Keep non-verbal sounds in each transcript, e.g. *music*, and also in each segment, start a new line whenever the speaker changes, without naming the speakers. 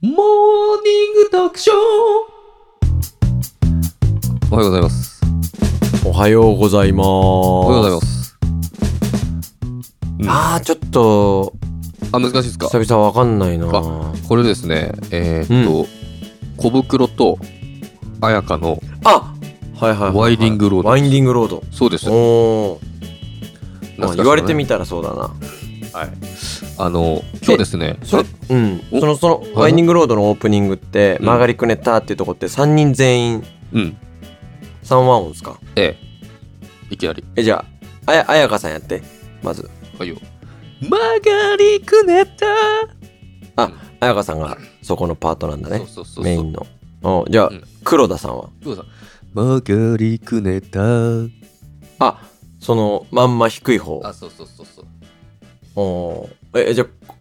モーニング特集おはようございます。
おはようございます。お
おはようございます。
ああ、ちょっと、
あ、難しいですか
久々わかんないな。
あ
あ
これですね、えーっと、小袋と綾香の
はいはいはいはい。
ワイディングロード
ワインディングロード。
そうです。
おお、
懐
まあ
かしいね
言われてみたらそうだな。
はい。あの、今日ですね、
それ、うん。
お
その、その、
い
ワインディングロードのオープニングって、
うん
曲がりくねったっていうとこって3人全員
うん、
3ワン音ですか
ええ、いきなり。
え、じゃあ、あや、あやかさんやって。まず、
はいよ。曲がりくねった
あやかさんがそこのパートなんだね。
そうそうそう
メイ
そう
ン。の。おじゃあ、
うん
黒田さんは
どうぞ曲がりくねった
あ、その、まんま低い方。
あ、そうそうそうそう。
おーえ、じゃあ、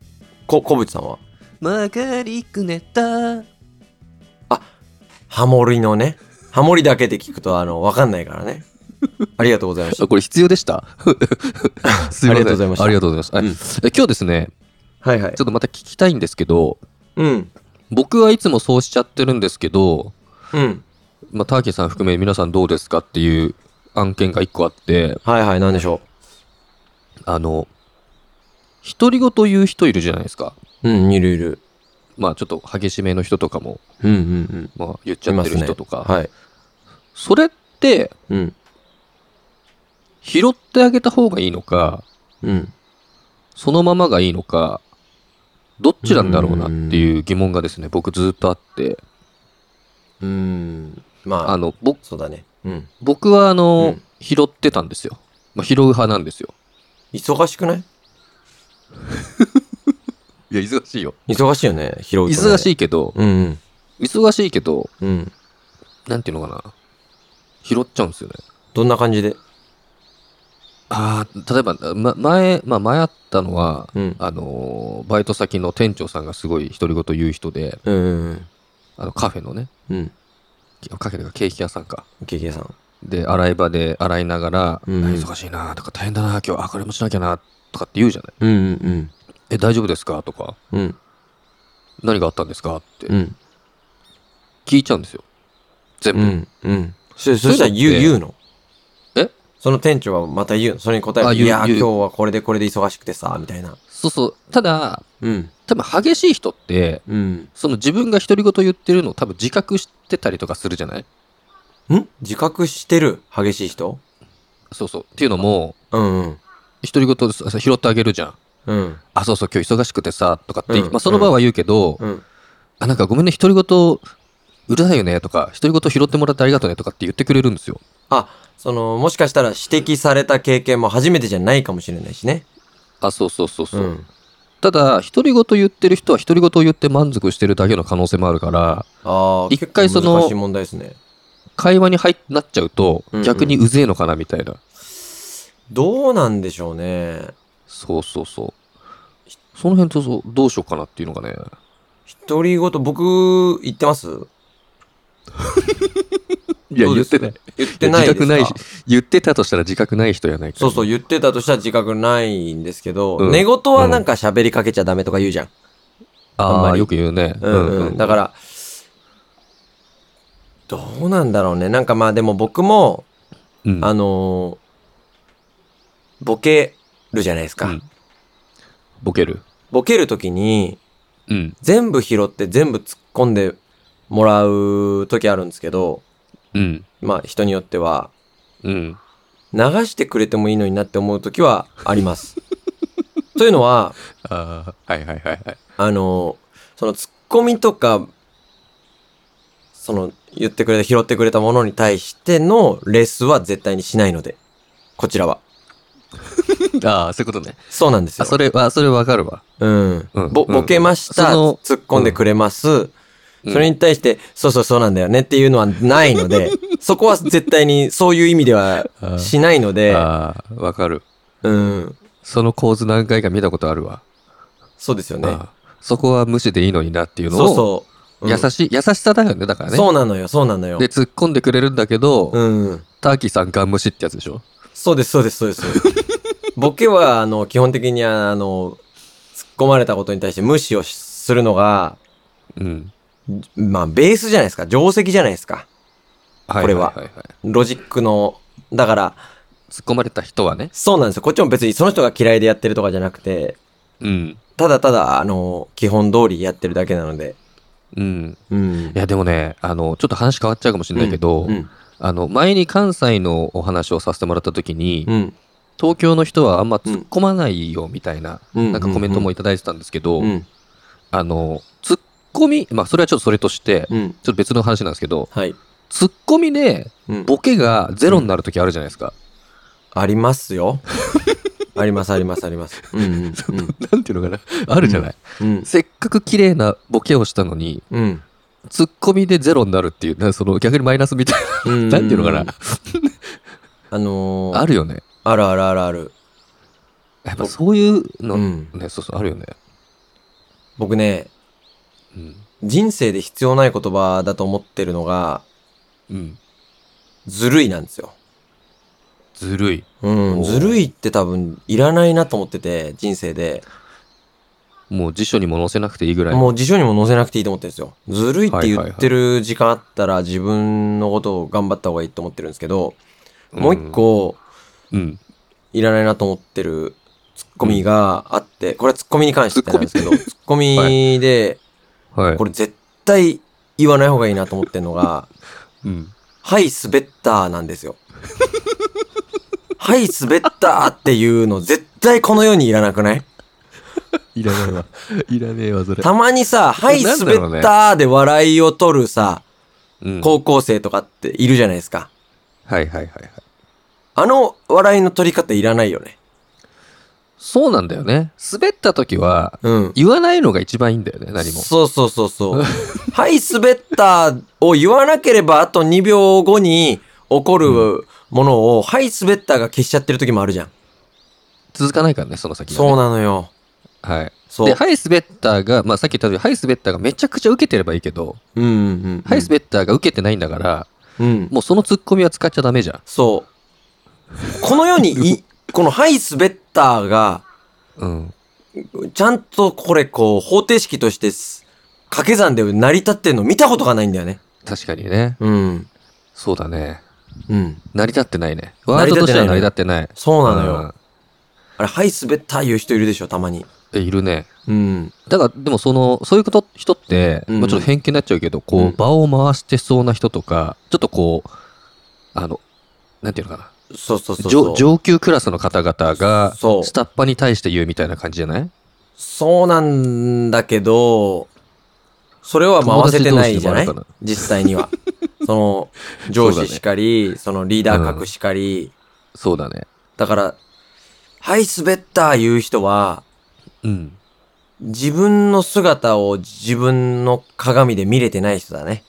こ、小渕さんは
曲がりくねった
ハモリのね。ハモリだけで聞くと、あの、わかんないから
*laughs*
ね。ありがとうございまし
あ
た。
これ必要でしたすいません
ありがとうございました
ありがとうございます
う
はい
ん
え今日ですね、
はいはい
ちょ。っとまた聞きたいんですけど、
うん。
僕はいつもそうしちゃってるんですけど、
うん。
まあ、ターキーさん含め皆さんどうですかっていう案件が一個あって、
はいはい、なんでしょ
あの、独り言言う人いるじゃないですか。
う。うん、いるいる。
まあちょっと激しめの人とかも、
うんうんうん。
まあ言っちゃってる人とか。
はい。
それって、
うん。
拾ってあげた方がいいのか、
うん。
そのままがいいのか、どっちなんだろうなっていう疑問がですね、僕ずっとあって、
うーん。まあ、
あの、僕
そうだね。うん。
僕はあの、
うん
拾ってたんですよ。まあ、拾う派なんですよ。
忙しくない
いや、忙しいよ。
忙しいよね、拾うと、ね。
忙し
い。
いけど、
うんうん。
忙しいけど、
うん。
なんていうのかな。拾っちゃうんですよね。
どんな感じで
ああ、例えば、ま、前、まあ、前あったのは、
うん
あのーバイト先の店長さんがすごい独り言言う人で、
うんうん
あの、カフェのね、
うん。うん。
カフェとかケーキ屋さんか。
ケーキ屋さん。
で、洗い場で洗いながら、
うん
あ忙しいなとか大変だな今日、あ、これもしなきゃなとかって言うじゃない。
うんうん
え、大丈夫ですかとか、
うん。うん。
何があったんですかって
うん。
聞いちゃうんですよ。全部。
うん。うん。そそしたら言う
そういうのって
言うの
え
その店長はまた言うのそれに答え
あ
て、
言う
いやー、
言う
今日はこれでこれで忙しくてさ、みたいな。
そうそう。ただ、
うん。
多分激しい人って、
うん。
その自分が独り言言ってるのを多分自覚してたりとかするじゃない
ん自覚してる激しい人
そうそう。っていうのも、
うんうん。
独り言さ拾ってあげるじゃん。
うん。
あ、そうそう、今日忙しくてさ、とかって、
うん
まあその場は言うけど、
うん。
あ、なんかごめんね、独り言うるさいよね、とか、独り言拾ってもらってありがとうね、とかって言ってくれるんですよ。
あ、その、もしかしたら指摘された経験も初めてじゃないかもしれないしね。
あ、そうそうそうそう。
ん。
ただ、独り言言ってる人は独り言言って満足してるだけの可能性もあるから、
ああ、
一回その
結構難しい問題ですね。
会話に入っなっちゃうと
うんう、ん
逆にうぜえのかな、みたいな。
どうなんでしょうね。
そうそうそう。その辺とそうどうしようかなっていうのがね。
独り言、僕、言ってます
いや、
どう
言
で
っ
す
てない。
言ってないです
自
か
覚ないし、言ってたとしたら自覚ない人やないか。
そうそう、言ってたとしたら自覚ないんですけど、
うん
寝言はなんか喋りかけちゃダメとか言うじゃん。あん
あ
ま
あ、
り
よく言うね。
うんうん。だから、どうなんだろうね。なんかまあでも僕も、
ら、うん
あのーボケるじゃないですか。
うんボケる。
ボケるときに、
うん。
全部拾って全部突っ込んでもらうときあるんですけど、
うん。
まあ人によっては、
うん。
流してくれてもいいのになって思うときはあり
*laughs*
ます。というのは、
ああ、はいはいはい
*laughs*
はい。
あの、そのツッコミとか、その言ってくれた、拾ってくれたものに対してのレスは絶対にしないので、こちらは。
ああ、そういうことね。
そうなんです
あ、
よ。
それは、それわかるわ。
うん
うん
ぼ。
うん
ボケました、
その
突っ込んでくれます、
うん
それに対して、そうそうそうなんだよねっていうのはないの
*laughs*
で、そこは絶対にそういう意味ではしないので、
ああ、わかる。
うん。
その構図何回か見たことあるわ。
そうですよね。
ああそこは無視でいいのになっていうのを、
そうそう。うん
優しい、優しさだよね、だからね。
そうなのよ、そうなのよ
で、。突っ込んでくれるんだけど、
うん。
ターキーさんガン無視ってやつでしょ
そうです、そうです、そうです。ボケは、あの、基本的には、あの、突っ込まれたことに対して無視をしするのが、
うん。
まあ、ベースじゃないですか。定石じゃないですか。
はい
これはい
いいい
ロジックの、だから、
突っ込まれた人はね。
そうなんですよ。こっちも別にその人が嫌いでやってるとかじゃなくて、
うん。
ただただ、あの、基本通りやってるだけなので。
うん。
うん
い。や、でもね、あの、ちょっと話変わっちゃうかもしれないけど、
うん。
あの、前に関西のお話をさせてもらった時に、
うん。
東京の人はあんま突っ込まないよみたいな、
うん
なんかコメントもいただいてたんですけど、
うん。
あの、突っ込み、まあ、それはちょっとそれとして、
うん。
ちょっと別の話なんですけど、
はい。
突っ込みで、
うん
ボケがゼロになる時あるじゃないですか。 *laughs*
ありますよ。あります、あります、あります。うん。うん。
なんていうのかなあるじゃない、
うん。
せっかく綺麗なボケをしたのに、
うん。
ツッコミでゼロになるっていう、なんかその逆にマイナスみたい
うん
な、なんていうのかな、
あのー、
あるよね。
あるあるあるある。
やっぱそういうの、
うん。
ね、そうそう、あるよね。
僕ね、
うん。
人生で必要ない言葉だと思ってるのが、
うん。
ずるいなんですよ。
ずるい。
う
お
ん。
ー
ずるいって多分、いらないなと思ってて、人生で。
もう辞書にも載せなくていいぐらい。
もう辞書にも載せなくていいと思ってるんですよ。ずるいって言ってる時間あったら、自分のことを頑張った方がいいと思ってるんですけど、もう一個、
うん。
いらないなと思ってるツッコミがあって、これはツッコミに関してなんですけど、ツッコミで、
うん。はい。
これ絶対言わない方がいいなと思ってるのが、
うん。
はい、滑ったなんですよ。はい、滑ったっていうの絶対この世にいらなくない
いらねえわ。 *laughs* いらねえわ、それ。
たまにさ、はい、
なんだろう
滑
ね
ったで笑いを取るさ、
うん、
高校生とかっているじゃないですか。
はいはいはいはい。
あの笑いの取り方いらないよね。
そうなんだよね。滑った時は、
うん。
言わないのが一番いいんだよね、何も。
そうそうそう
*laughs*
そう。はい、滑ったを言わなければ、あと2秒後に起こるものを、はい、滑ったが消しちゃってる時もあるじゃん。
続かないからね、その先が、ね。
そうなのよ。
はい。
そう。
で、ハイスベッターが、まあさっき言ったように、ハイスベッターがめちゃくちゃ受けてればいいけど、
うんうんうん。
ハイスベッターが受けてないんだから、
うん。
もうそのツッコミは使っちゃダメじゃん。
そう。この世に
*laughs*
い、このはい、滑ったが、
うん。
ちゃんとこれ、こう、方程式としてす、掛け算で成り立ってんの見たことがないんだよね。
確かにね。
うん。
そうだね。
うん。
成り立ってないね。ワードとしては成り立ってない。
そう
そ
なのよ。あれ、はい、滑った言う人いるでしょ、たまに。
え、いるね。
うん。
だから、でもその、そういうこと、人って、
うん
まあちょっと偏見になっちゃうけど、こう、
うん
場を回してそうな人とか、ちょっとこう、あの、なんていうのかな。
そうそうそうそ
上
う。
上級クラスの方々が、
そう
下っ端に対して言うみたいな感じじゃない
そうなんだけど、それは回せてないじゃない
友達同士でもあるか
実際に
*laughs*
は。その、上司しかり、そ,、のリーダー格しかり、
そうだね。
だから、はい、滑った言う人は、
うん。
自分の姿を自分の鏡で見れてない人だね。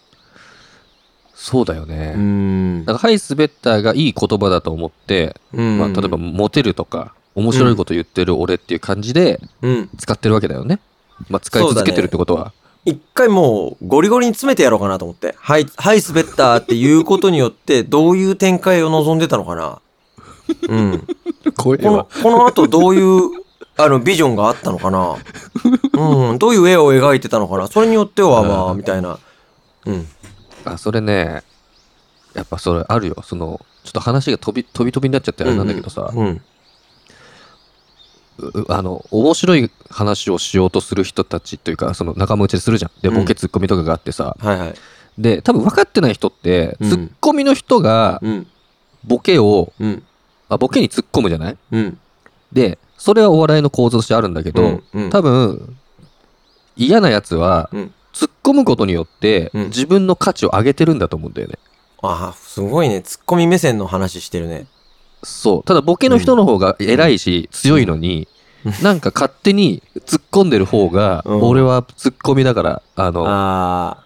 そうだよね。
うーん
だ。から、ハイスベッターがいい言葉だと思って、
うん
まあ、例えば、、モテるとか、面白いこと言ってる俺っていう感じで
うん。
使ってるわけだよね。まあ、使い続けてるってことは。
一回もう、ゴリゴリに詰めてやろうかなと思って。はい、はい、滑ったっていうことによって、どういう展開を望んでたのかな。
*laughs*
うん。
声
この、この後どういう、あの、ビジョンがあったのかなうん、どういう絵を描いてたのかなそれによっては、まあ、みたいな。うん。
あ、それね、やっぱそれあるよ。その、ちょっと話が飛び、飛び飛びになっちゃってあれなんだけどさ、
うん。
ううあの、面白い話をしようとする人たちというか、その仲間内でするじゃん。で、
うん
ボケツッコミとかがあってさ、
はいはい。
で、多分分かってない人って、
うん
ツッコミの人が
うん。
ボケを、
うん。
あ、ボケに突っ込むじゃない
うん。
で、それはお笑いの構造としてあるんだけど、
うん、
多分嫌なやつは、
うん
突っ込むことによって、
うん
自分の価値を上げてるんだと思うんだよね。
ああ、すごいね。ツッコミ目線の話してるね。
そう。ただボケの人の方が偉いし、強いのに、なんか勝手に突っ込んでる方が、
うん
俺は突っ込みだから、あの、
あ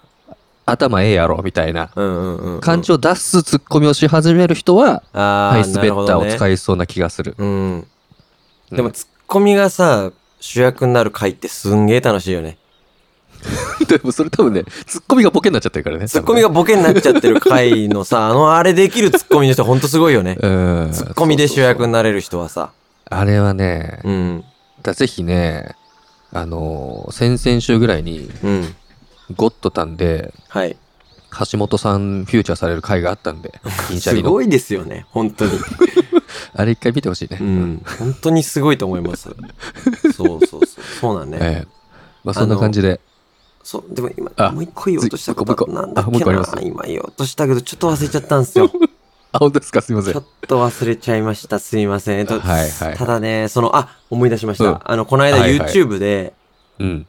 頭ええやろ、みたいな
あ、うんうんうんうん。
感情を出す突っ込みをし始める人は、
ああ、
ハイスベッターを
なるほど
使
ね
いそうな気がする。
うん。
うん
でも、ツッコミがさ、主役になる回ってすんげえ楽しいよね。
*laughs* でもそれ多分ね、突っ込みがボケになっちゃってるからね。
ツッコミがボケになっちゃってる回の
*laughs*
さ、あの、あれできるツッコミの人ほんとすごいよね。
多分ね、うん。
ツッコミで主役
そうそうそう
になれる人はさ。
あれはね、
うん。
だぜひね、あのー先々週ぐらいに、
うん。
ゴッドタンで、
はい。
橋本さんフューチャーされる回があったんで、銀シャ
す
リの。
ごいですよね、本当に。
あれ一回見てほしいね。
うん。
*laughs*
本当にすごいと思います。そうそうそう。そうなんね。
ええまあそんな感じで。
そう。でも今
あ、
もう一個言おうとしたこ
もう一個
と
もう一個
なんだっ
あも
け
う一個ありま
な
す
今言おうとしたけど、ちょっと忘れちゃったん
*laughs*
ですよ。
あ、本当ですかすいません。
ちょ
は
っと忘れちゃいました。すいません。えっと、
いはい。
ただね、その、あ、思い出しました。
うん
あの、この間
はいはい
YouTube で、
うん。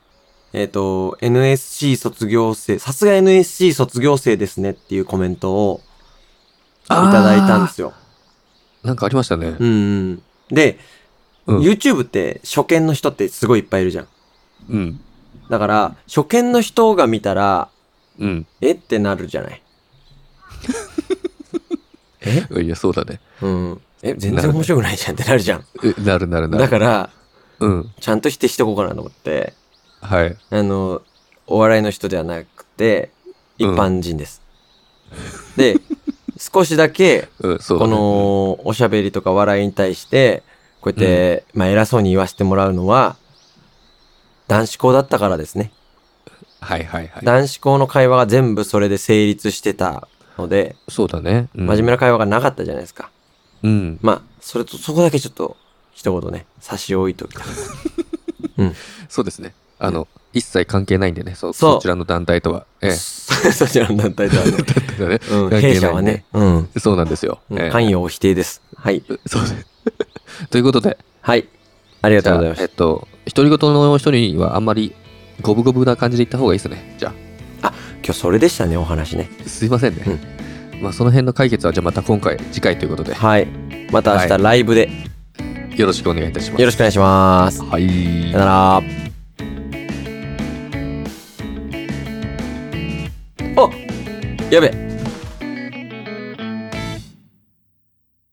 えっ、と、NSC 卒業生、さすが NSC 卒業生ですねっていうコメントをいただいたんですよ。
なんかありましたね
う。んうん。で、
うん。
YouTube って初見の人ってすごいいっぱいいるじゃん。
うん。
だから、初見の人が見たら、
うん。
えってなるじゃない。え
いや、そうだね。
うん。え、全然面白くないじゃんってなるじゃん。
えなるなるなる。
だから、
うん。
ちゃんと否定しとこうかなと思って、
はい。
あの、お笑いの人ではなくて、一般人です。で、少しだけ、
うん、そうだ
こ
ね。
のおしゃべりとか笑いに対して、こうやって、まあ偉そうに言わせてもらうのは、男子校だったからですね。
はいはいはい。
男子校の会話が全部それで成立してたので、
そうだね。真
真面目な会話がなかったじゃないですか。
うん。
まあ、それと、そこだけちょっと、一言ね、差し置いときたい。
そうですね。あの、一切関係ないんでね、そ
そう
そちらの団体とは。 *laughs* ええ。
そちらの団体とはね、
*laughs* だってね
うん、
関係ない
弊社はね、うん。
そうなんですよ。ええ
関与を否定です。はい。
そう *laughs* です。ということで、
はい。ありが
じ
とう
ゃ
ご
あ
ざいま
え
し
っと、独り言の人にはあんまり五分五分な感じで言った方がいいですね。じゃ
た。今日それでしたね、お話ね。
あ、すいませんね。まあ、その辺の解決は、じゃあまた今回、次回ということで、
はい。また明日ライブで
よろしくお願いいたします。
よろしくお願いします。さ
はい
よ。なら。あ、やべ。